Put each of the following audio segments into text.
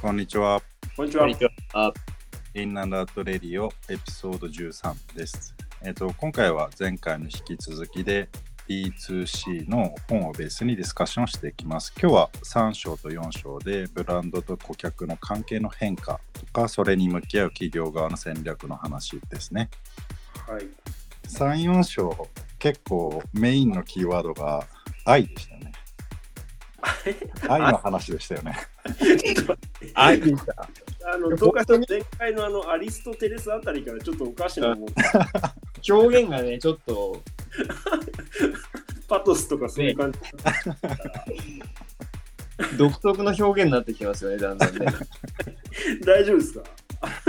こんにちは。こんにちこはんに。ちは。あインランドアートレディオエピソード13です。えっ、と、今回は前回の引き続きで D2C の本をベースにディスカッションしていきます。今日は3章と4章でブランドと顧客の関係の変化とか、それに向き合う企業側の戦略の話ですね。はい。 3、4章、結構メインのキーワードが愛でしたね。愛の話でしたよね。あいいんだあの、どうか前回のあの、アリストテレスあたりからちょっとおかしなもん、表現がね、ちょっと、パトスとかそういう感じ。 独特の表現になってきますよね、だんだんね。 大丈夫ですか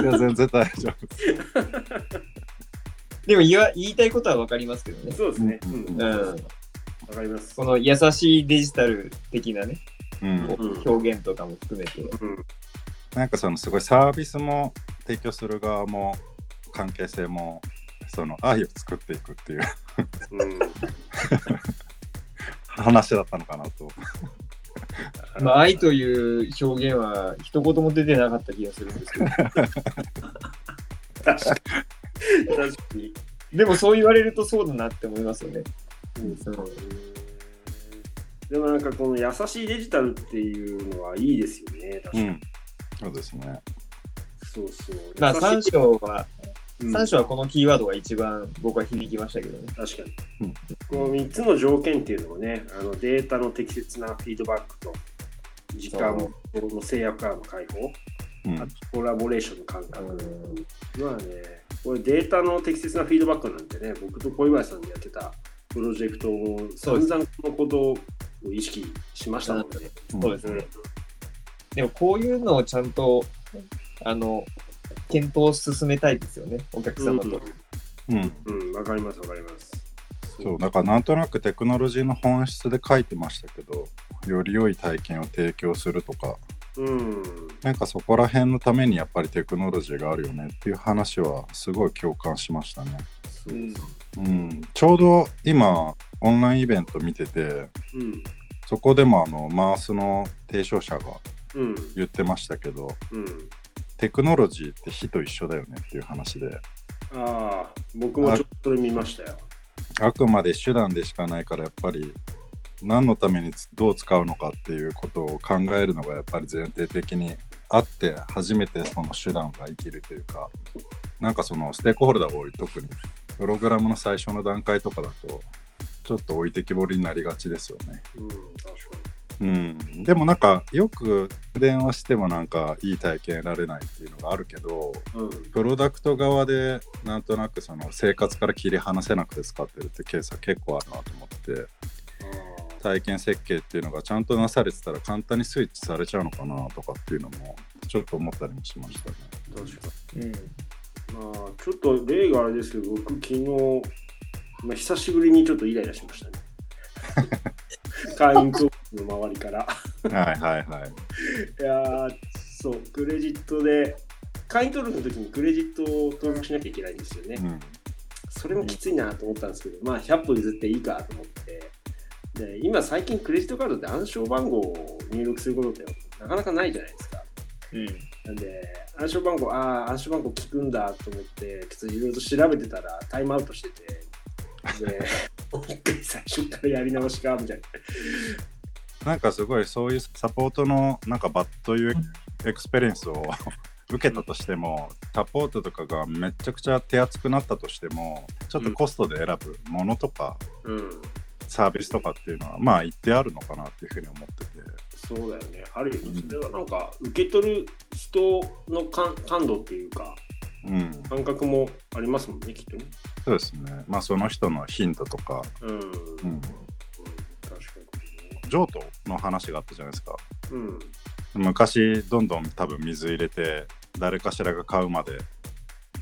いや、全然大丈夫。でも言わ言いたいことはわかりますけどね。そうですね。ううんん。うわん。かります。この優しいデジタル的なね、うんこう表現とかも含めて。うん。なんかそのすごいサービスも提供する側も関係性もその愛を作っていくっていう うん。話だったのかなと。まあ、愛という表現は一言も出てなかった気がするんですけど。 確かに。でもそう言われるとそうだなって思いますよね。うんうんでもなんかこの優しいデジタルっていうのはいいですよね。確かに。、そうですね。そうそう。まあ優3しい章は、うん三章はこのキーワードが一番僕は響きましたけどね。確かうに。んこの3つの条件っていうのもね、あのデータの適切なフィードバックと、時間その制約からの解放、うんあとコラボレーションの感覚。うんまあね、これデータの適切なフィードバックなんてね、僕と小岩井さんでやってたプロジェクトもそうで散す々このことを意識しましたもんね。そうですね。でもこういうのをちゃんと、あの、検討を進めたいですよね、お客様と。うん、うん、わかりますわかります。そうだからなんとなくテクノロジーの本質で書いてましたけどより良い体験を提供するとかうん。なんかそこら辺のためにやっぱりテクノロジーがあるよねっていう話はすごい共感しましたね。そううんうん、ちょうど今オンラインイベント見ててうん。そこでもあのマースの提唱者がうん。言ってましたけどうん。テクノロジーって火と一緒だよねっていう話でああ、僕もちょっとそれ見ましたよ。あくまで手段でしかないからやっぱり何のためにどう使うのかっていうことを考えるのがやっぱり前提的にあって初めてその手段が生きるというかなんかそのステークホルダーを置い特にプログラムの最初の段階とかだとちょっと置いてきぼりになりがちですよね。うん、確かうん、でもなんかよく電話してもなんかいい体験得られないっていうのがあるけどに。うん。プロダクト側でなんとなくその生活から切り離せなくて使ってるってケースは結構あるなと思ってあ体験設計っていうのがちゃんとなされてたら簡単にスイッチされちゃうのかなとかっていうのもちょっと思ったりもしましたね。ー確かうに。んまあ、ちょっと例があれですけど、僕、昨日、まあ、久しぶりにちょっとイライラしま したね。会員登録の周りか ら。はいはいはい。いやーそう、クレジットで、会員登録の時にクレジットを登録しなきゃいけないんですよね。うんそれもきついなと思ったんですけど、まあ100歩譲っていいかと思って、で今最近クレジットカードって暗証番号を入力することってなかなかないじゃないですか。うんなんで、暗証番号、ああ、暗証番号聞くんだと思って、ちょっといろいろと調べてたらタイムアウトしてて、で、 もう一回最初からやり直しか、みたいな。なんかすごいそういうサポートのなんかバッドいうエクスペリエンスを 受けたとしてもサポートとかがめちゃくちゃ手厚くなったとしてもちょっとコストで選ぶものとかうん、サービスとかっていうのはまあ一定あるのかなっていうふうに思っててそうだよね。ある意味、それはなんか、受け取る人の感感度っていうか、うん感覚もありますもんね、きっとね。そうですねまあその人の頻度とか、うん。うん、うん、確かにね。譲渡の話があったじゃないですかうん。昔どんどん多分水入れて誰かしらが買うまでっ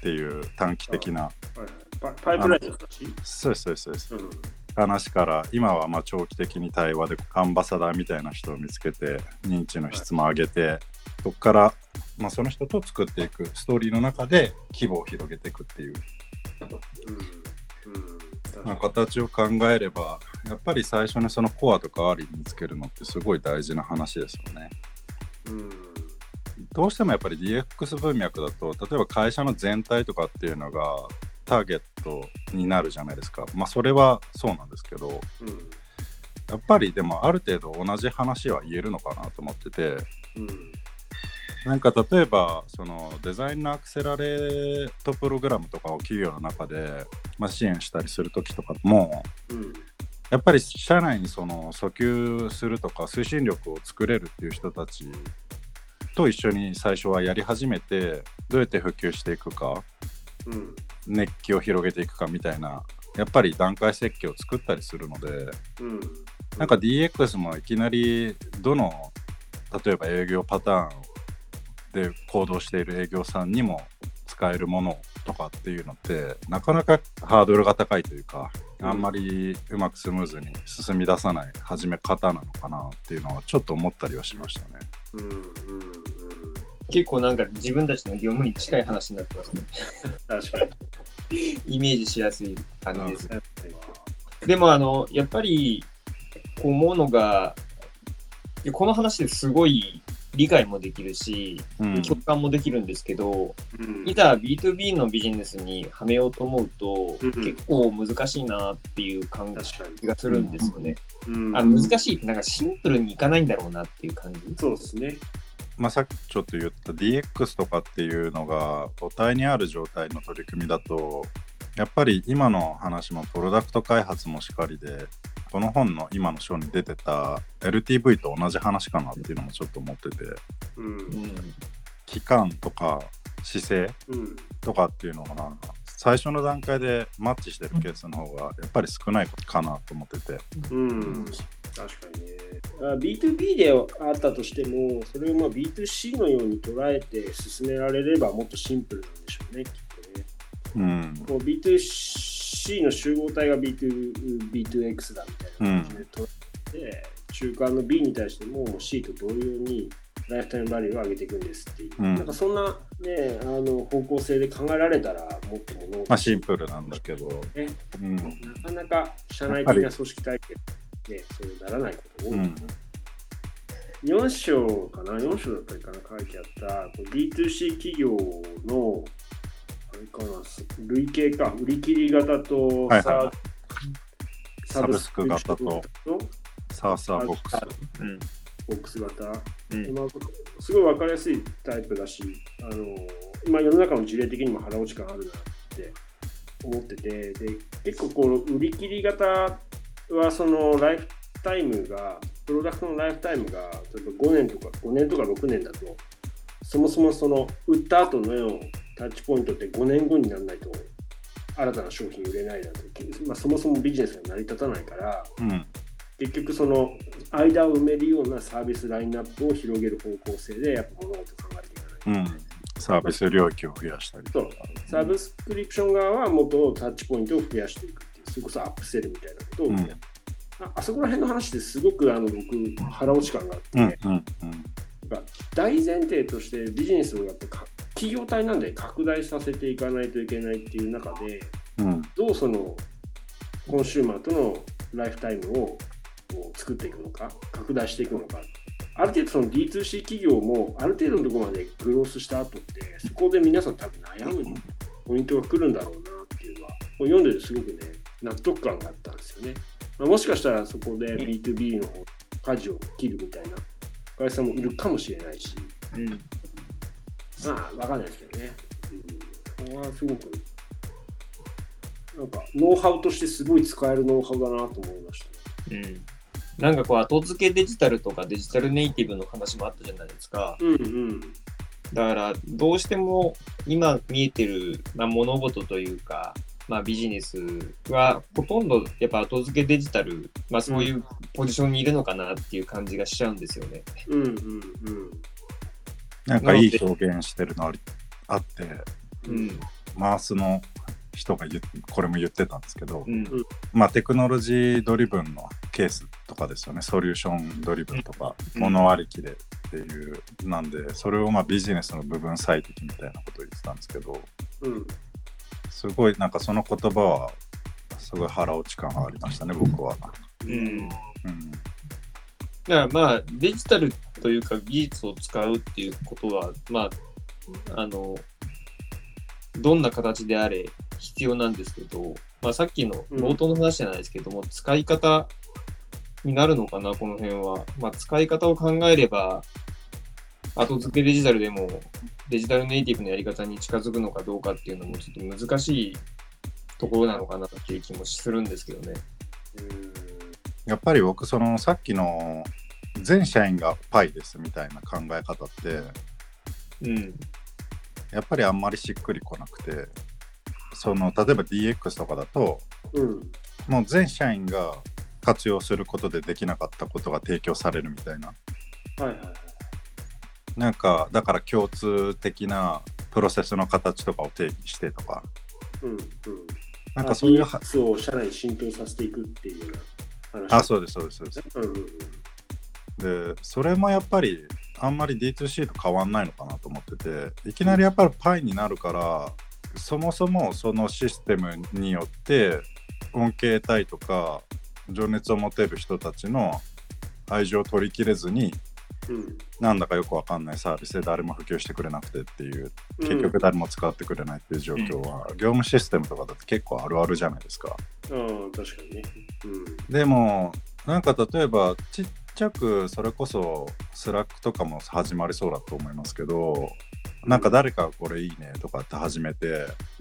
ていう短期的なはいはいパパイプラインの話そうですそうですそうですうん。話から今はまあ長期的に対話でアンバサダーみたいな人を見つけて認知の質も上げてそこから、まあ、その人と作っていくストーリーの中で規模を広げていくっていう、うん。うん。確まかあ、に形を考えればやっぱり最初にそのコアとかアーリー見つけるのってすごい大事な話ですよね。うん。どうしてもやっぱり DX 文脈だと例えば会社の全体とかっていうのがターゲットになるじゃないですかまあそれはそうなんですけどうんやっぱりでもある程度同じ話は言えるのかなと思っててうんなんか例えばそのデザインのアクセラレートプログラムとかを企業の中で、まあ、支援したりする時とかもうんやっぱり社内にその訴求するとか推進力を作れるっていう人たちと一緒に最初はやり始めてどうやって普及していくかうん熱気を広げていくかみたいなやっぱり段階設計を作ったりするのでうんなんか DX もいきなりどの例えば営業パターンで行動している営業さんにも使えるものとかっていうのってなかなかハードルが高いというかあんまりうまくスムーズに進み出さない始め方なのかなっていうのはちょっと思ったりはしましたね。うんうんうん結構なんか自分たちの業務に近い話になってますね。確かにイメージしやすい感じです。確かでもあの、やっぱりこう思うのが、いやこの話ですごい理解もできるし、うん共感もできるんですけど、にうんいざ B2B のビジネスにはめようと思うと、うん結構難しいなっていう感確かじがするんですよね。に、うんあの難しいってなんかシンプルにいかないんだろうなっていう感じ。そうですねまあ、さっきちょっと言った DX とかっていうのが母体にある状態の取り組みだとやっぱり今の話もプロダクト開発もしかりでこの本の今の章に出てた LTV と同じ話かなっていうのもちょっと思っててうんうん期間とか姿勢うんとかっていうのがなんか最初の段階でマッチしてるケースの方がやっぱり少ないかなと思っててうん確かにねあ B2B であったとしてもそれをまあ B2C のように捉えて進められればもっとシンプルなんでしょうねきっとねうんこう B2C の集合体が B2 B2X だみたいな感じで捉えて、中間の B に対しても C と同様にライフタイムバリューを上げていくんですっていう、うんなんかそんな、ね、あの方向性で考えられたらもっとものをまあシンプルなんだけど、ねうんなかなか社内的な組織体系で、ね、そうならないこと多い、うん4章かな、4章だったりかな、書いてあった、こう B2C 企業の、あれかな、す累計か、売り切り型とはいはいサ,、はいサブスクリプショサンブスサーサーボックスうんボックス型、うん今すごい分かりやすいタイプだし、あの今世の中の事例的にも腹落ち感あるなって思ってて、で結構こう売り切り型はそのライフタイムが、プロダクトのライフタイムが例えば5年とか5年とか6年だと、そもそもその売った後のタッチポイントって5年後にならないと新たな商品売れないなと、まあ、そもそもビジネスが成り立たないから、うん結局その間を埋めるようなサービスラインナップを広げる方向性でやっぱ物事を考えていかないうんサービス領域を増やしたりと、とかサブスクリプション側はもっとタッチポイントを増やしていくっていうそれこそアップセルみたいなことを、うんああそこら辺の話ですごくあの僕腹落ち感があって、うんうんうんなんか大前提としてビジネスをやっぱか企業体なんで拡大させていかないといけないっていう中でうんどうそのコンシューマーとのライフタイムをこう作っていくのか拡大していくのかある程度その D2C 企業もある程度のところまでグロースした後ってそこで皆さん多分悩むポイントが来るんだろうなっていうのはこれ読んでてすごくね納得感があったんですよね、まあもしかしたらそこで B2B の舵を切るみたいな会社さんもいるかもしれないしうんまあ、わかんないですけどね。うん、これはすごく、なんか、ノウハウとしてすごい使えるノウハウだなと思いましたね。うんなんかこう後付けデジタルとかデジタルネイティブの話もあったじゃないですか。うんうん。だからどうしても今見えてる、まあ、物事というか、まあ、ビジネスはほとんどやっぱ後付けデジタル、まあ、そういうポジションにいるのかなっていう感じがしちゃうんですよね。うんうんうん。なんかいい表現してるのありあってうんマースの人が言っこれも言ってたんですけど、うんまあ、テクノロジードリブンのケースとかですよねソリューションドリブンとか、うん物ありきでっていうなんでそれをまあビジネスの部分最適みたいなことを言ってたんですけどうん、すごいなんかその言葉はすごい腹落ち感がありましたね僕は。うんうんだからまあデジタルというか技術を使うっていうことは、まあ、あの、どんな形であれ必要なんですけど、まあ、さっきの冒頭の話じゃないですけども、使い方になるのかな、この辺は。まあ、使い方を考えれば、後付けデジタルでもデジタルネイティブのやり方に近づくのかどうかっていうのもちょっと難しいところなのかなっていう気もするんですけどね。やっぱり僕そのさっきの全社員がパイですみたいな考え方ってうん。やっぱりあんまりしっくりこなくてその例えば DX とかだとうん。もう全社員が活用することでできなかったことが提供されるみたいなはいはいはい。なんかだから共通的なプロセスの形とかを定義してとかうん。うん。なんかそういうは発を社内に浸透させていくっていうような話。あそうですそうですそうですうんうんうん。でそれもやっぱりあんまり D2C と変わんないのかなと思ってていきなりやっぱりパイになるからそもそもそのシステムによって恩恵体とか情熱を持てる人たちの愛情を取りきれずにうん。なんだかよくわかんないサービスで誰も普及してくれなくてっていう結うん局誰も使ってくれないっていう状況は、業務システムとかだって結構あるあるじゃないですか。ああ、確かにね。うでもなんか例えばちっちゃくそれこそスラックとかも始まりそうだと思いますけどなんか誰かこれいいねとかって始めて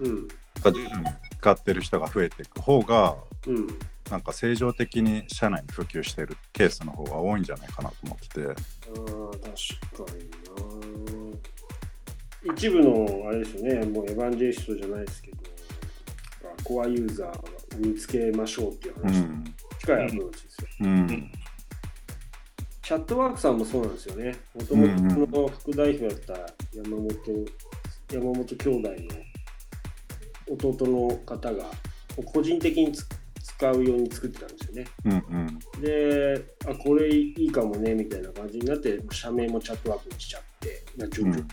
ん。うん。なんかうん使ってる人が増えていく方がうん。なんか正常的に社内に普及してるケースの方が多いんじゃないかなと思っててああ、確かにな。一部の、あれですよね、もうエヴァンジェリストじゃないですけど、コアユーザーを見つけましょうっていうう話、ん近いアプローチですよ。うんチャットワークさんもそうなんですよね。もともとこの副代表だった山本、山本兄弟の弟の方が、個人的につ使うように作ってたんですよね。うんうんで、あ、これいいかもね、みたいな感じになって、社名もチャットワークにしちゃって、なっちゃうっていう。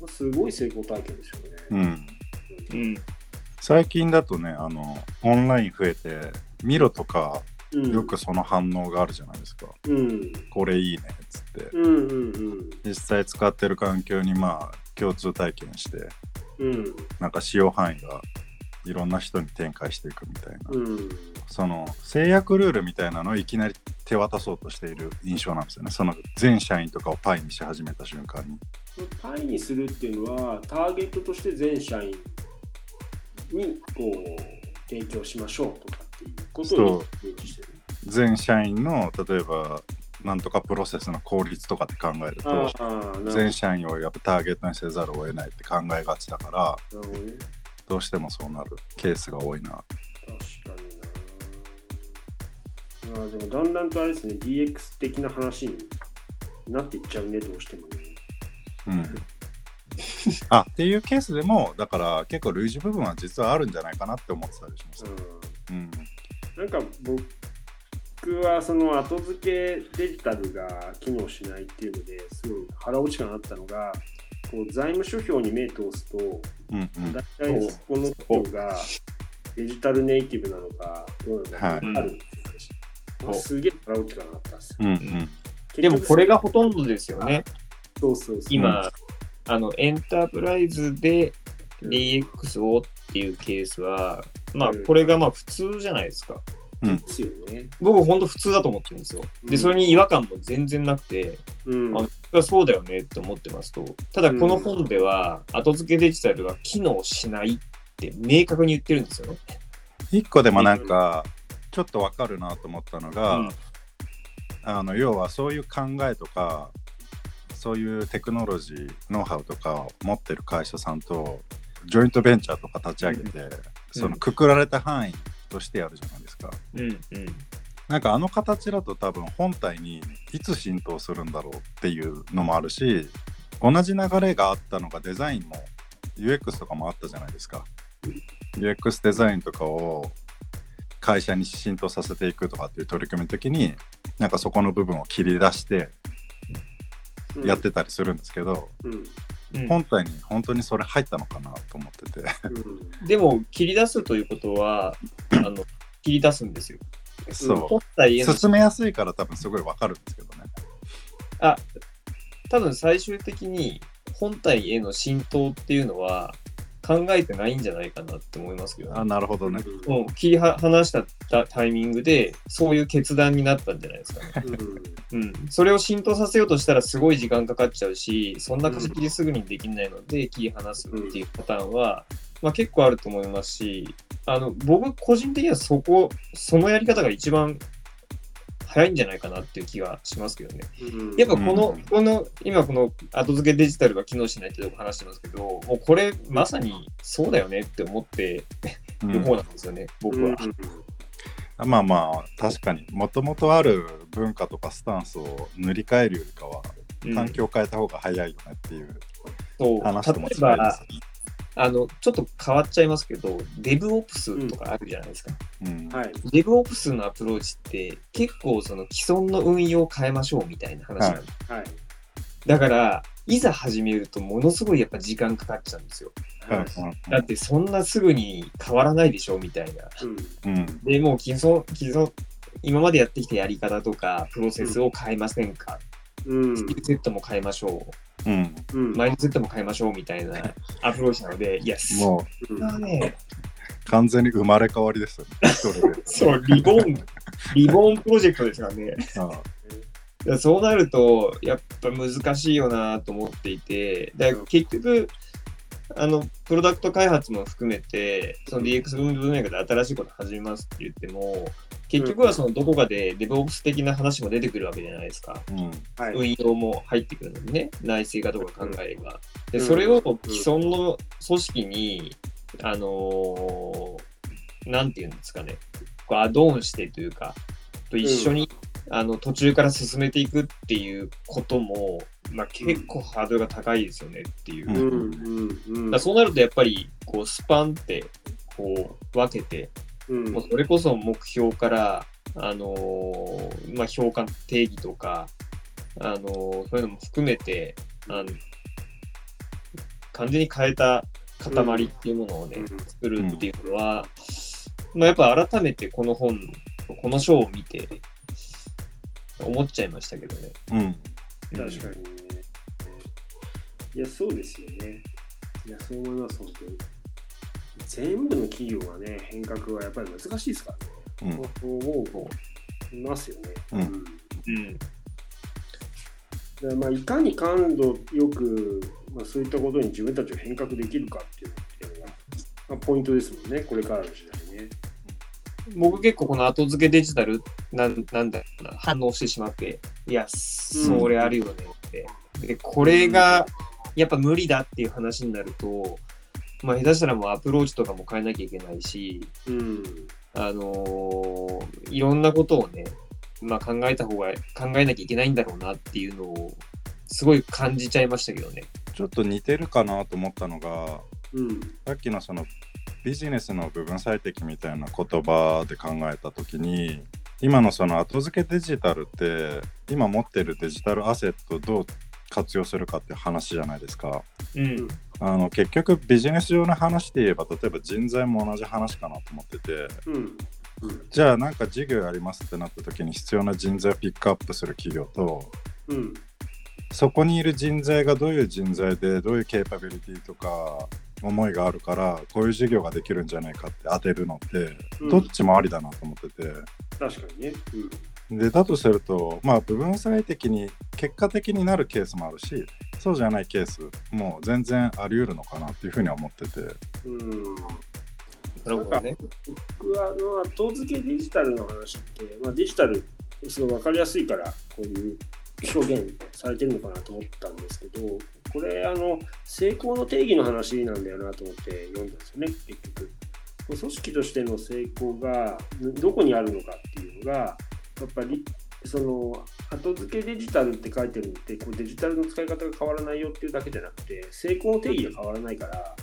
まあすごい成功体験ですよね。うんうん。最近だとねあのオンライン増えて見ろとかうんよくその反応があるじゃないですかうん。これいいねっつってうんうんうん。実際使ってる環境にまあ共通体験してうん。なんか使用範囲がいろんな人に展開していくみたいな、うん。その制約ルールみたいなのをいきなり手渡そうとしている印象なんですよねその全社員とかをパイにし始めた瞬間にパイにするっていうのは、ターゲットとして全社員にこう提供しましょうとかっていうことを提供してる。全社員の例えばなんとかプロセスの効率とかって考えるあとあ、なるほど。全社員をやっぱターゲットにせざるを得ないって考えがちだからなるほどね。どうしてもそうなるケースが多いな確かになまあでもだんだんとあれですね DX 的な話になっていっちゃうねどうしてもねうん、 あっていうケースでもだから結構類似部分は実はあるんじゃないかなって思ってたりします、ううんんなんか僕はその後付けデジタルが機能しないっていうのですごい腹落ち感あったのがこう財務諸表に目通すとうんうん、大体そこの人がデジタルネイティブなのかどうなのかはい分かるっていう話、うんすげえ腹落ち感あったんですようんうんでもこれががほとんどですよね。そうそうそう今、あの、エンタープライズで DX をっていうケースは、まあ、これがまあ普通じゃないですか。ですよね僕、ほんと普通だと思ってるんですよ。うで、んそれに違和感も全然なくて、うんあそれはそうだよねって思ってますと、ただこの本では、後付けデジタルは機能しないって明確に言ってるんですよね。一個でもなんかちょっとわかるなと思ったのが、うんあの要はそういう考えとかそういうテクノロジーノウハウとかを持ってる会社さんとジョイントベンチャーとか立ち上げて、そのくくられた範囲としてやるじゃないですか。うんうん。なんかあの形だと多分本体にいつ浸透するんだろうっていうのもあるし同じ流れがあったのがデザインも UX とかもあったじゃないですか UX デザインとかを会社に浸透させていくとかっていう取り組みの時になんかそこの部分を切り出してやってたりするんですけど、うんうん本体に本当にそれ入ったのかなと思っててでも、切り出すということは、あの、切り出すんですよ。そ本体うへの進めやすいから多分すごいわかるんですけどねあ、多分最終的に本体への浸透っていうのは考えてないんじゃないかなって思いますけど、あ、なるほどね。うもう切りは離したタタイミングで、そういう決断になったんじゃないですかね。んうん。それを浸透させようとしたらすごい時間かかっちゃうし、そんな貸し切りすぐにできないので、切り離すっていうパターンは、まあ結構あると思いますし、あの、僕個人的にはそこ、そのやり方が一番早いんじゃないかなっていう気がしますけどね。うんやっぱこの、うんこの、今この後付けデジタルが機能しないってとこ話してますけど、もうこれまさにそうだよねって思ってうんる方なんですよね、僕は。まあまあ確かにもともとある文化とかスタンスを塗り替えるよりかはうん環境を変えた方が早いよねっていうそう話とも例え近いでばす、ねあの、ちょっと変わっちゃいますけど、DevOps とかあるじゃないですか。うんはい。 DevOps のアプローチって、結構その既存の運用を変えましょうみたいな話なんです。はい。だから、いざ始めるとものすごいやっぱ時間かかっちゃうんですよ。はい。だってそんなすぐに変わらないでしょみたいな。うんうんうんでもう既存、既存、今までやってきたやり方とか、プロセスを変えませんか、うんスキルセットも変えましょうんうんう、マインドセットも変えましょうみたいなアプローチなので、いや、そもううんれはね、完全に生まれ変わりですよねそれでそう、リボン、リボンプロジェクトですからね。あだからそうなると、やっぱ難しいよなと思っていて、だから結局、あの、プロダクト開発も含めて、その DX 分野で新しいこと始めますって言っても、結局はそのどこかで DevOps 的な話も出てくるわけじゃないですか。うんはい。運用も入ってくるのにね、内製化とか考えれば。で、うんそれを既存の組織に、あのーなんていうんですかね、こうアドオンしてというか、と一緒に、あの途中から進めていくっていうことも、まあ、結構ハードルが高いですよねっていう。うんうだんかうんうんらそうなるとやっぱり、こう、スパンって、こう、分けて、うんもうそれこそ目標から、あのーまあ、評価定義とか、あのーそういうのも含めてあの完全に変えた塊っていうものをね、うん作るっていうのは、まあ、やっぱ改めてこの本この章を見て思っちゃいましたけどね。うん確かにね。いや、そうですよね。いや、そう思います、本当に。全部の企業はね、変革はやっぱり難しいですからね。うんと思う、いますよね。うんうんうんだからまあ、いかに感度よく、まあ、そういったことに自分たちを変革できるかっていうのが、まあ、ポイントですもんね、これからの時代ね。僕結構この後付けデジタルなんなんだろうな反応してしまっていやそれあるよねって、でこれがやっぱ無理だっていう話になると、まあ、下手したらもうアプローチとかも変えなきゃいけないしうん。あのーいろんなことをね、まあ、考えた方が考えなきゃいけないんだろうなっていうのをすごい感じちゃいましたけどね。ちょっと似てるかなと思ったのがうん。さっきのそのビジネスの部分最適みたいな言葉で考えた時に今のその後付けデジタルって今持ってるデジタルアセットをどう活用するかって話じゃないですかうんあの結局ビジネス上の話で言えば例えば人材も同じ話かなと思っててうん。うん。じゃあなんか事業やりますってなった時に必要な人材をピックアップする企業とうん。そこにいる人材がどういう人材でどういうケーパビリティとか思いがあるからこういう事業ができるんじゃないかって当てるのってうんどっちもありだなと思ってて、確かにね。うん。でだとするとまあ部分最適に結果的になるケースもあるしそうじゃないケースもう全然あり得るのかなっていうふうには思っててうん、なるほどね。僕はあの後付けデジタルの話って、まあ、デジタルすごい分かりやすいからこういう表現されてるのかなと思ったんですけどこれあの成功の定義の話なんだよなと思って読んだんですよね結局。こう組織としての成功がぬどこにあるのかっていうのがやっぱりその後付けデジタルって書いてるのってこうデジタルの使い方が変わらないよっていうだけじゃなくて成功の定義が変わらないから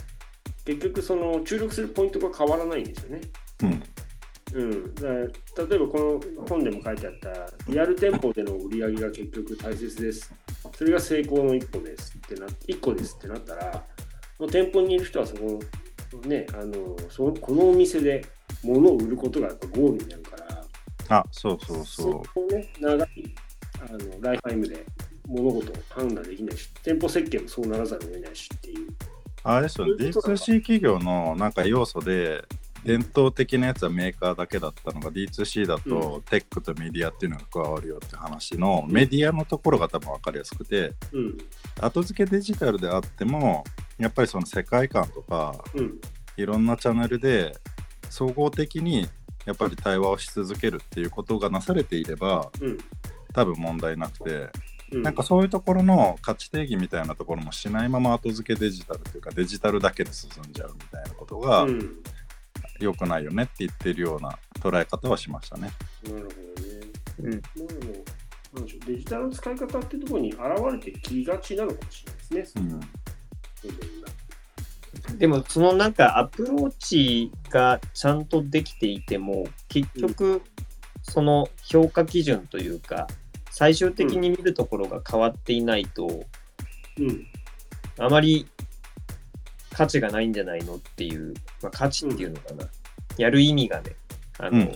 結局その注力するポイントが変わらないんですよね。うんうん、だから例えばこの本でも書いてあったリアル店舗での売り上げが結局大切ですそれが成功の一歩ですってな一個ですってなったらもう店舗にいる人はそこのねあのそこのお店で物を売ることがやっぱゴールになるからあそうそうそうこをね長いあのライフタイムで物事を判断できないし、店舗設計もそうならざるを得ないしっていう。あれですよね、そういうことなのか D2C 企業のなんか要素で、伝統的なやつはメーカーだけだったのが D2C だとテックとメディアっていうのが加わるよって話のメディアのところが多分分かりやすくてうん、後付けデジタルであってもやっぱりその世界観とかうん、いろんなチャンネルで総合的にやっぱり対話をし続けるっていうことがなされていればうん。多分問題なくてうなんか、そういうところの価値定義みたいなところもしないまま後付けデジタルというかデジタルだけで進んじゃうみたいなことがうん良くないよねって言ってるような捉え方はしましたね。なるほどね。うんまあでもなんでしょうデジタルの使い方ってところに現れてきがちなのかもしれないですうね。ん、そういうのがでもそのなんかアプローチがちゃんとできていても結局その評価基準というか最終的に見るところが変わっていないとうん、あまり価値がないんじゃないのっていう、まあ、価値っていうのかな、やる意味がねあの、うん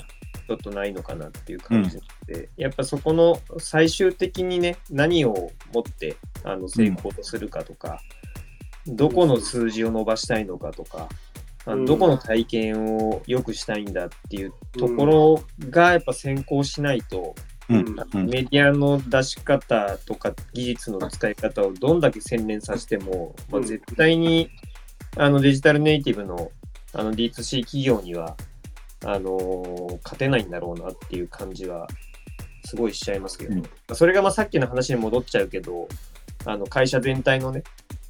ちょっとないのかなっていう感じで、やっぱそこの最終的にね何を持ってあの成功とするかとか、どこの数字を伸ばしたいのかとか、あうんのどこの体験を良くしたいんだっていうところがやっぱ先行しないと、ううんんうんメディアの出し方とか技術の使い方をどんだけ洗練させても、まうあ、ん絶対にあのデジタルネイティブのあの D2C 企業にはあのー勝てないんだろうなっていう感じはすごいしちゃいますけど、うんまあそれがまあさっきの話に戻っちゃうけどあの会社全体のね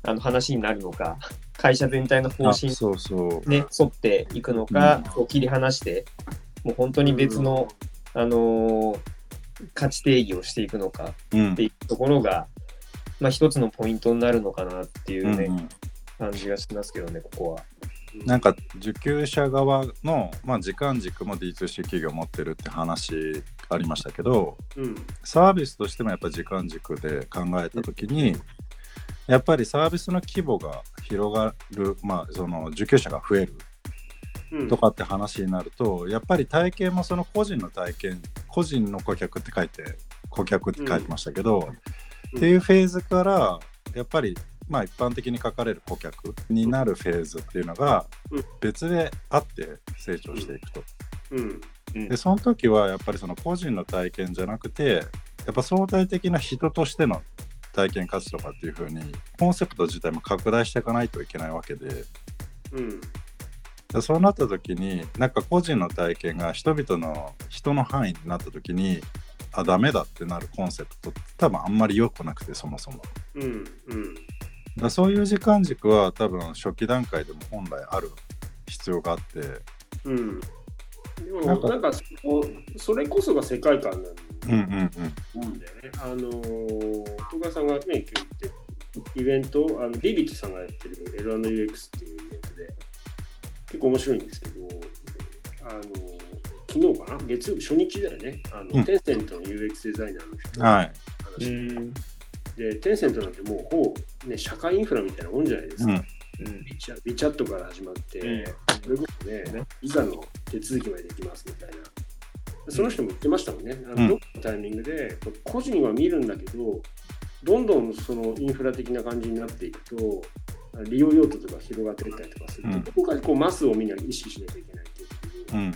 あの話になるのか 会社全体の方あ針そうそう、ね、沿っていくのか、こう切り離して、もう本当に別の、あのー価値定義をしていくのかうんっていうところが、まあ、一つのポイントになるのかなっていううんね、うん感じがしますけどね、ここは。なんか受給者側の、まあ、時間軸も D2C 企業持ってるって話ありましたけどうん、サービスとしてもやっぱ時間軸で考えた時にやっぱりサービスの規模が広がる、まあ、その受給者が増えるうん、とかって話になるとやっぱり体験もその個人の体験個人の顧客って書いて顧客って書いてましたけど、うんっていうフェーズからやっぱりまあ一般的に書かれる顧客になるフェーズっていうのがうん別であって成長していくと。うん、でその時はやっぱりその個人の体験じゃなくてやっぱ相対的な人としての体験価値とかっていう風にコンセプト自体も拡大していかないといけないわけで。うん、でそうなった時になんか個人の体験が人々の人の範囲になった時にあダメだってなるコンセプトって多分あんまり良くなくてそもそもだかうん、うん、らそういう時間軸は多分初期段階でも本来ある必要があってうん。でもなんかなんかそこそれこそが世界観なんだうんうんうんと思うんだよね。あのー、戸川さんがね、今日言ってイベント、あのビビッチさんがやってる L&UX っていうイベントで、結構面白いんですけど、あのー昨日かな月曜日、初日だよね。あの、うんテンセントの UX デザイナーの人のはい話、で、テンセントなんてもうほぼ、ね、社会インフラみたいなもんじゃないですうか。んビチャビチャットから始まって、うんそれこそね、ビザの手続きまでできますみたいな。その人も言ってましたもんね。あのうんどっかのタイミングで、個人は見るんだけど、どんどんそのインフラ的な感じになっていくと、利用用途とか広がっていったりとかすると、うんどこかでこうマスを見な意識しなきゃいけないっていう時に、うん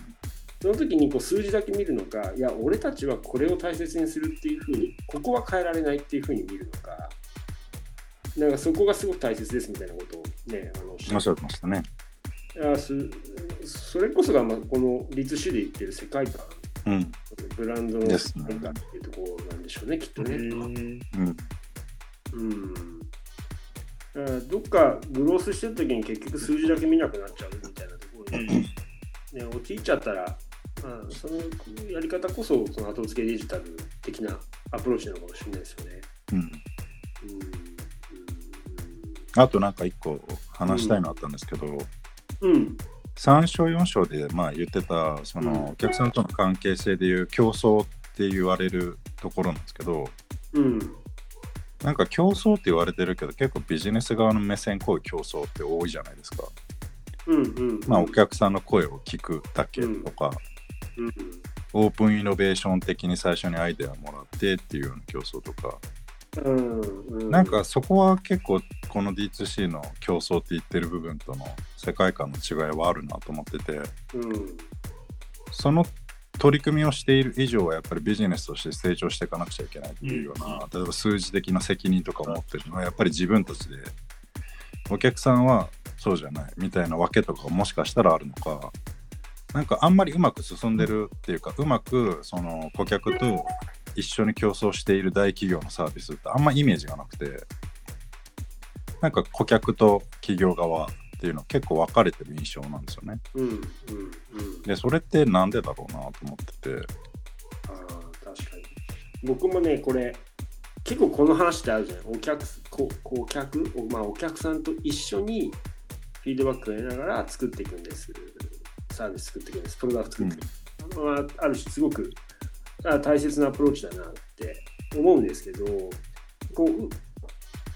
その時にこう数字だけ見るのか、いや、俺たちはこれを大切にするっていうふうに、ここは変えられないっていうふうに見るのか、なんかそこがすごく大切ですみたいなことをね、あのおっしゃおっっしゃってましたねあーすそれこそが、まあ、この立主で言ってる世界観、うんブランドのです世ね界観っていうところなんでしょうね、きっとね。うんうんだからどっかグロースしてる時に結局数字だけ見なくなっちゃうみたいなところに、ね、陥っちゃったら、まあ、そのやり方こそその後付けデジタル的なアプローチなのかもしれないですよね。うんうんあとなんか一個話したいのあったんですけど、うんうん3章4章でまあ言ってたそうんのお客さんとの関係性でいう競争って言われるところなんですけどうんなんか競争って言われてるけど結構ビジネス側の目線こういう競争って多いじゃないですか、うんうんまあお客さんの声を聞くだけとか、うんオープンイノベーション的に最初にアイデアもらってっていうような競争とかうんうん、なんかそこは結構この D2C の競争って言ってる部分との世界観の違いはあるなと思っててうん、その取り組みをしている以上はやっぱりビジネスとして成長していかなくちゃいけないっていうような、例えば数字的な責任とかを持ってるのはやっぱり自分たちでお客さんはそうじゃないみたいなわけとかもしかしたらあるのかなんかあんまりうまく進んでるっていうかうまくその顧客と一緒に競争している大企業のサービスってあんまイメージがなくてなんか顧客と企業側っていうの結構分かれてる印象なんですよね。うん、うん、うん。でそれってなんでだろうなと思ってて。ああ、確かに。僕もね、これ、結構この話ってあるじゃない。お客、こ顧客、おまあ、お客さんと一緒にフィードバックを得ながら作っていくんです。サービス作っていくんです。プロダクト作っていく。まあ、ある種、すごくあ大切なアプローチだなって思うんですけど、こう、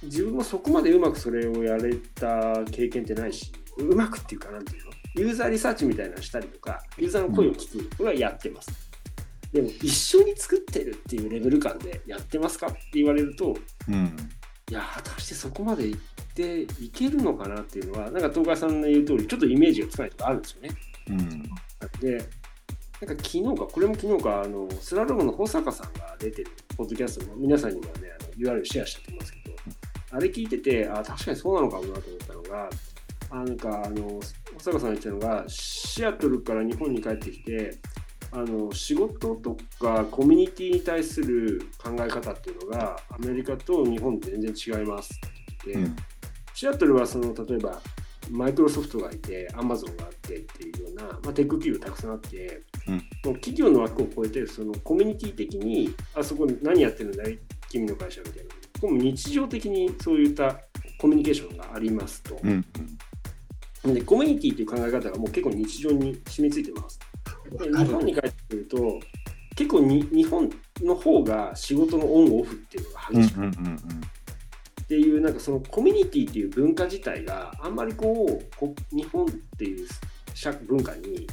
自分もそこまでうまくそれをやれた経験ってないし、うまくっていうか、なんていうのユーザーリサーチみたいなのしたりとか、ユーザーの声を聞く、これはやってます。でも一緒に作ってるっていうレベル感でやってますかって言われるとうん、いや果たしてそこまでいっていけるのかなっていうのはなんか東海さんの言う通りちょっとイメージがつかないとかあるんですよね。うん、でなんか昨日かこれも昨日かあのスラロームの保坂さんが出てるポッドキャストの皆さんにもねあの URL シェアしたと思いますけどあれ聞いててあ確かにそうなのかもなと思ったのがあなんかあの保坂さんが言ってたのがシアトルから日本に帰ってきてあの仕事とかコミュニティに対する考え方っていうのがアメリカと日本全然違いますって言って。うん、シアトルはその例えばマイクロソフトがいて、アマゾンがあってっていうような、まあ、テック企業たくさんあって、うんもう企業の枠を超えて、そのコミュニティ的に、あそこ何やってるんだい、君の会社みたいな、でも日常的にそういったコミュニケーションがありますと、うん、でコミュニティという考え方がもう結構日常に染みついてます。で日本に帰ってくると、結構に日本の方が仕事のオンオフっていうのがうん、うん、う激んしくて、っていうなんかそのコミュニティっていう文化自体があんまりこうこ日本っていう社文化に、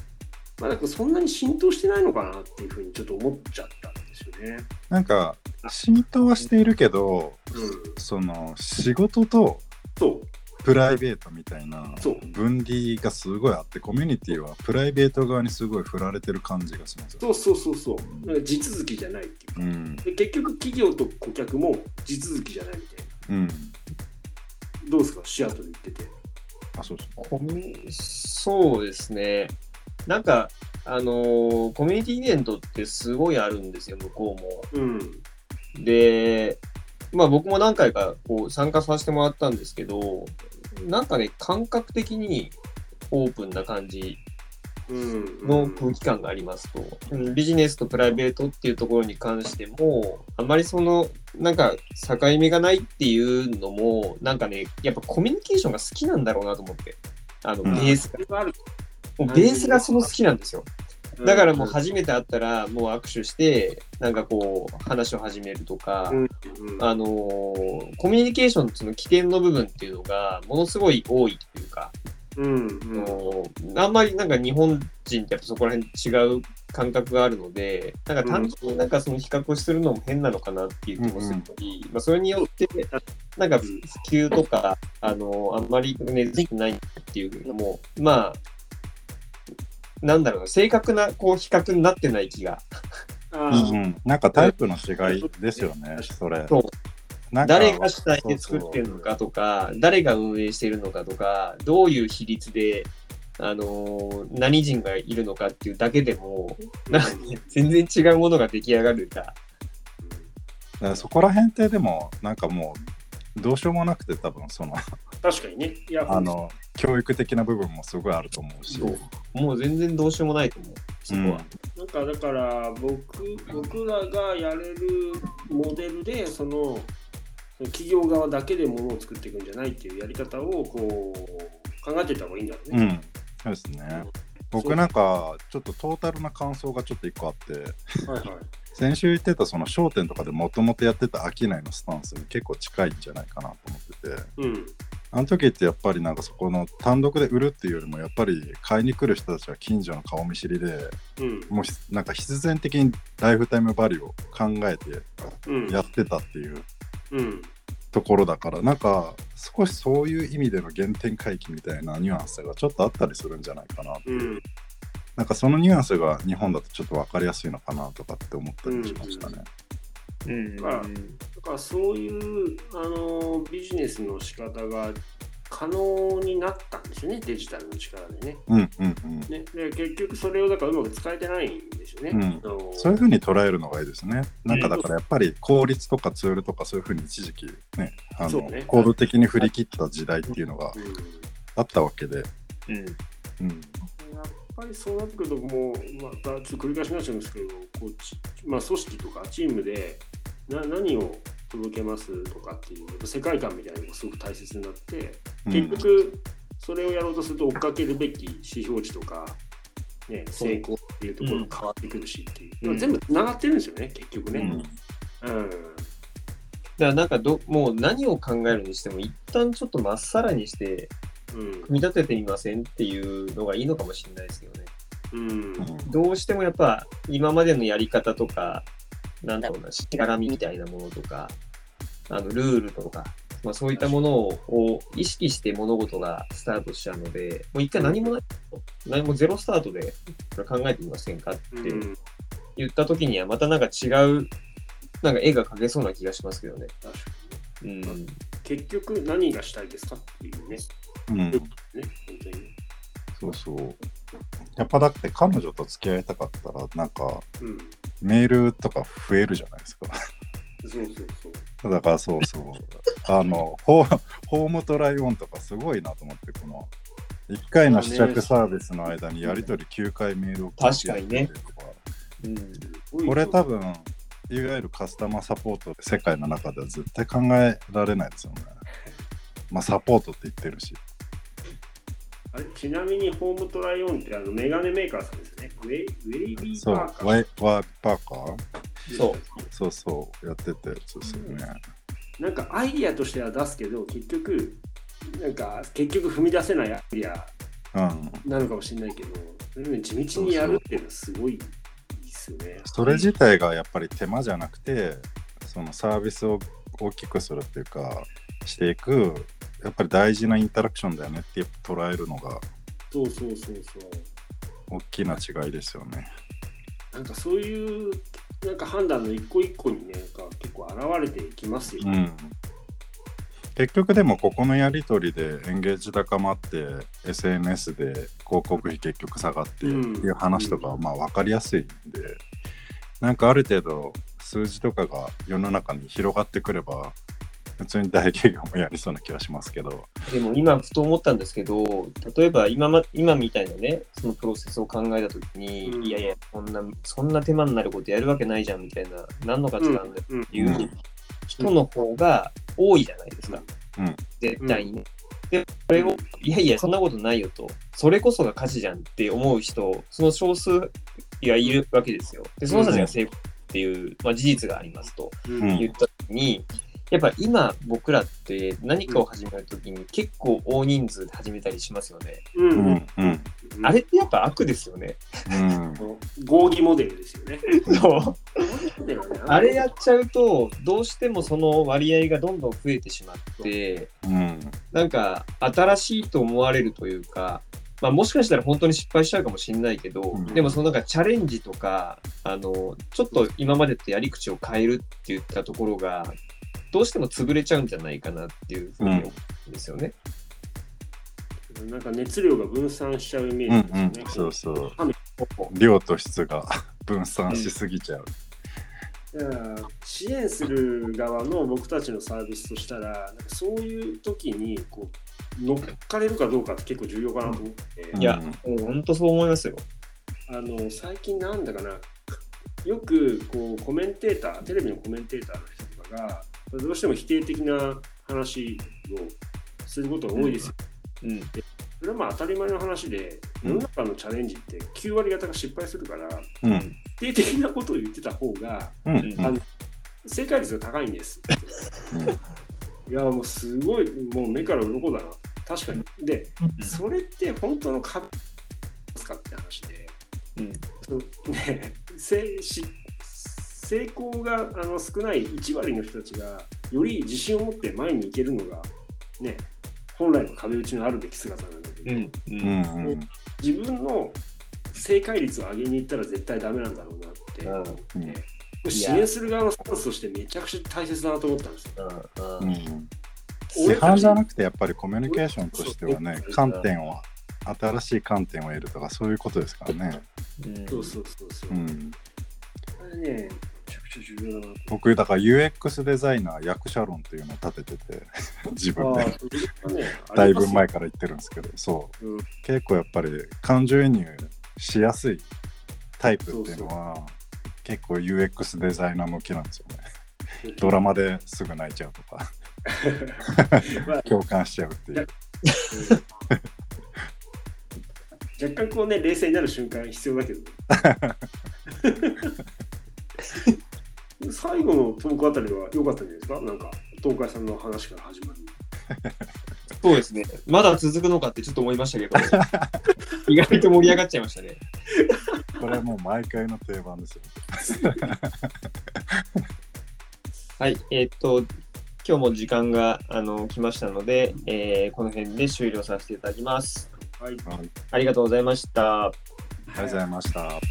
まあ、なんかそんなに浸透してないのかなっていうふうにちょっと思っちゃったんですよね。なんか浸透はしているけど、うん、その仕事とそプライベートみたいなそう分離がすごいあって、コミュニティはプライベート側にすごい振られてる感じがしますよう。そうそうそうそうだから地続きじゃないっていうかうん、で結局企業と顧客も地続きじゃないみたいなうん、どうですかシアトル行ってて。あ、そうそう。コミュそうですね。なんか、あのーコミュニティイベントってすごいあるんですよ、向こうも。うんで、まあ僕も何回かこう参加させてもらったんですけど、なんかね、感覚的にオープンな感じうんの空気感がありますと、うんビジネスとプライベートっていうところに関しても、あまりその、なんか、境目がないっていうのも、なんかね、やっぱコミュニケーションが好きなんだろうなと思って、あの、うベんースが、それがあるもうベースがその好きなんですよ。うんだからもう初めて会ったら、もう握手して、なんかこう、話を始めるとか、うんうんあのーコミュニケーションのその起点の部分っていうのが、ものすごい多いというか、うんあうんのあんまりなんか日本人ってやっぱそこら辺違う感覚があるので、なんか単純になんかその比較をするのも変なのかなっていう気もするし、まあそれによって、なんか普及とか、あの、あんまり根付いてないっていうのも、まあ、なんだろうな、正確なこう比較になってない気が、あうーん、なんかタイプの違いですよね、それ。そうなんか誰が主体で作ってるのかとか、誰が運営してるのかとか、どういう比率で、あのー何人がいるのかっていうだけでも、なんかね全然違うものが出来上がるんだ。だからそこら辺ってでも、なんかもう、どうしようもなくて、多分その、確かにね。いや、あの、教育的な部分もすごいあると思うし。もう全然どうしようもないと思う、そこは。なんかだから僕僕らがやれるモデルでそのその企業側だけでものを作っていくんじゃないっていうやり方をこう考えてた方がいいんだろううね。ん、そうですね。そ僕うなんか、ちょっとトータルな感想がちょっと一個あって、はいはい。先週言ってたその商店とかでもともとやってた商いのスタンスに結構近いんじゃないかなと思ってて、うん。あの時ってやっぱりなんかそこの単独で売るっていうよりも、やっぱり買いに来る人たちは近所の顔見知りで、うん。もうひなんか必然的にライフタイムバリューを考えてうん。やってたっていううん。ところだからなんか少しそういう意味での原点回帰みたいなニュアンスがちょっとあったりするんじゃないかなうん。なんかそのニュアンスが日本だとちょっと分かりやすいのかなとかって思ったりしましたね。うんまあだからそういう、あのビジネスの仕方が可能になったんですよね、デジタルの力でね。うんうんうん。ねで結局それをだからうまく使えてないんですよね。うんあのそういうふうに捉えるのがいいですね。なんかだからやっぱり効率とかツールとかそういうふうに一時期ね、あそのうね行動的に振り切った時代っていうのがうんあったわけで。うんうんやっぱりそうなってくると、もう、またちょっと繰り返しになっちゃうんですけど、こうちまあ、組織とかチームでな何を届けますとかっていう、やっぱ世界観みたいなのがすごく大切になって、結局、それをやろうとすると追っかけるべき指標値とか、ね、そう成功っていうところが変わってくるしっていう、うん全部つながってるんですよね、結局うね。んうんだからなんかど、もう何を考えるにしても、一旦ちょっとまっさらにして、うん組み立ててみませんっていうのがいいのかもしれないですけどね。うんどうしてもやっぱ、今までのやり方とか、なんだろうな、しがらみみたいなものとか、あのルールとか、まあ、そういったものをこう意識して物事がスタートしちゃうので、もう一回何もない、何もゼロスタートで考えてみませんかってうん言った時には、またなんか違う、なんか絵が描けそうな気がしますけどね。確かにねうん。結局何がしたいですかっていうね、うんうんね本当にね。そうそう。やっぱだって彼女と付き合いたかったらなんかうん、メールとか増えるじゃないですか。 そうそうそう。だからそうそう。あの、ホーホームトライオンとかすごいなと思って、この1回の試着サービスの間にやり取り9回メールを確かにねとか。うんこれ多分、いわゆるカスタマーサポート世界の中では絶対考えられないですよね。まあサポートって言ってるし。あれちなみにホームトライオンってあのメガネメーカーさんですね。ウェイウェイビーそう、パワーカーイワーパーカーそうそうそう、やってて、そうですよね。なんかアイディアとしては出すけど、結局、なんか結局踏み出せないアイディアうん。なのかもしれないけど、それね地道にやるっていうのはすごいですよね。それ自体がやっぱり手間じゃなくてそのサービスを大きくするっていうかしていくやっぱり大事なインタラクションだよねって捉えるのがそうそうそうそう。大きな違いですよね。なんかそういうなんか判断の一個一個にね、なんか結構現れていきますようね。ん、結局でもここのやり取りでエンゲージ高まって SNS で広告費結局下がってっていう話とかはまあ分かりやすいんで、なんかある程度数字とかが世の中に広がってくれば普通に大企業もやりそうな気がしますけど。でも今ふと思ったんですけど、例えば今,、ま、今みたいなね、そのプロセスを考えたときに、うんいやいや、こんな、そんな手間になることやるわけないじゃんみたいな、何の価値があるんだようんっていう人の方が多いじゃないですか、うん絶対にね。で、それを、いやいや、そんなことないよと、それこそが価値じゃんって思う人、その少数がいるわけですよ。で、その人たちが成功っていう、まあ、事実がありますと。うん言った時に、やっぱ今僕らって何かを始める時に結構大人数で始めたりしますよね。ううんんうんうんあれってやっぱ悪ですよね。うんあの合議モデルですよね。そうだよねあれやっちゃうとどうしてもその割合がどんどん増えてしまってうんなんか新しいと思われるというか、まあ、もしかしたら本当に失敗しちゃうかもしれないけど、うんでもそのなんかチャレンジとかあのちょっと今までとやり口を変えるって言ったところがどうしても潰れちゃうんじゃないかなっていうふうに思うんですよね。なんか熱量が分散しちゃうイメうんうーんジですよね。そうそうこ量と質が分散しすぎちゃう、だから支援する側の僕たちのサービスとしたら、なんかそういう時にこう乗っかれるかどうかって結構重要かなと思って、うんいやこもう本当そう思いますよ。あの最近なんだかな、よくこうコメンテーター、テレビのコメンテーターの人とかが、どうしても否定的な話をすることが多いですよ。うん、それはまあ当たり前の話で、世の中のチャレンジって9割方が失敗するから、うん否定的なことを言ってた方が、うんうんあの正解率が高いんです。いやもうすごいもう目から鱗だな確かにでそれって本当の株ですかって話でうん、そのねせし成功があの少ない1割の人たちがより自信を持って前に行けるのが、ね、本来の壁打ちのあるべき姿なんだけど、うん、う、うんんうん自分の正解率を上げに行ったら絶対ダメなんだろうなって、うん、うん支援する側のスタンスとしてめちゃくちゃ大切だなと思ったんですよ。うん、うんう、ん俺批た判ちじゃなくてやっぱりコミュニケーションとしてはねそう観点を新しい観点を得るとかそういうことですからね、うんそうそうそうそう。うん、これね、めちゃくちゃ重要だなと。僕だから UX デザイナー役者論っていうのを立ててて自分あであ、それはね、 だいぶ前から言ってるんですけどそう、うん結構やっぱり感情移入しやすいタイプっていうのは結構 UX デザイナー向きなんですよねドラマですぐ泣いちゃうと かまあ共感しちゃうっていう 若干こうね、冷静になる瞬間必要だ けどね。最後のトークあたりは良かったんじゃないですかなんか、東海さんの話から始まり。そうですね。まだ続くのかってちょっと思いましたけど、 意外と盛り上がっちゃいましたね。これもう毎回の定番ですよはい、えーっと、今日も時間があの来ましたので、えーこの辺で終了させていただきます。はい。はいありがとうございました。ありがとうございました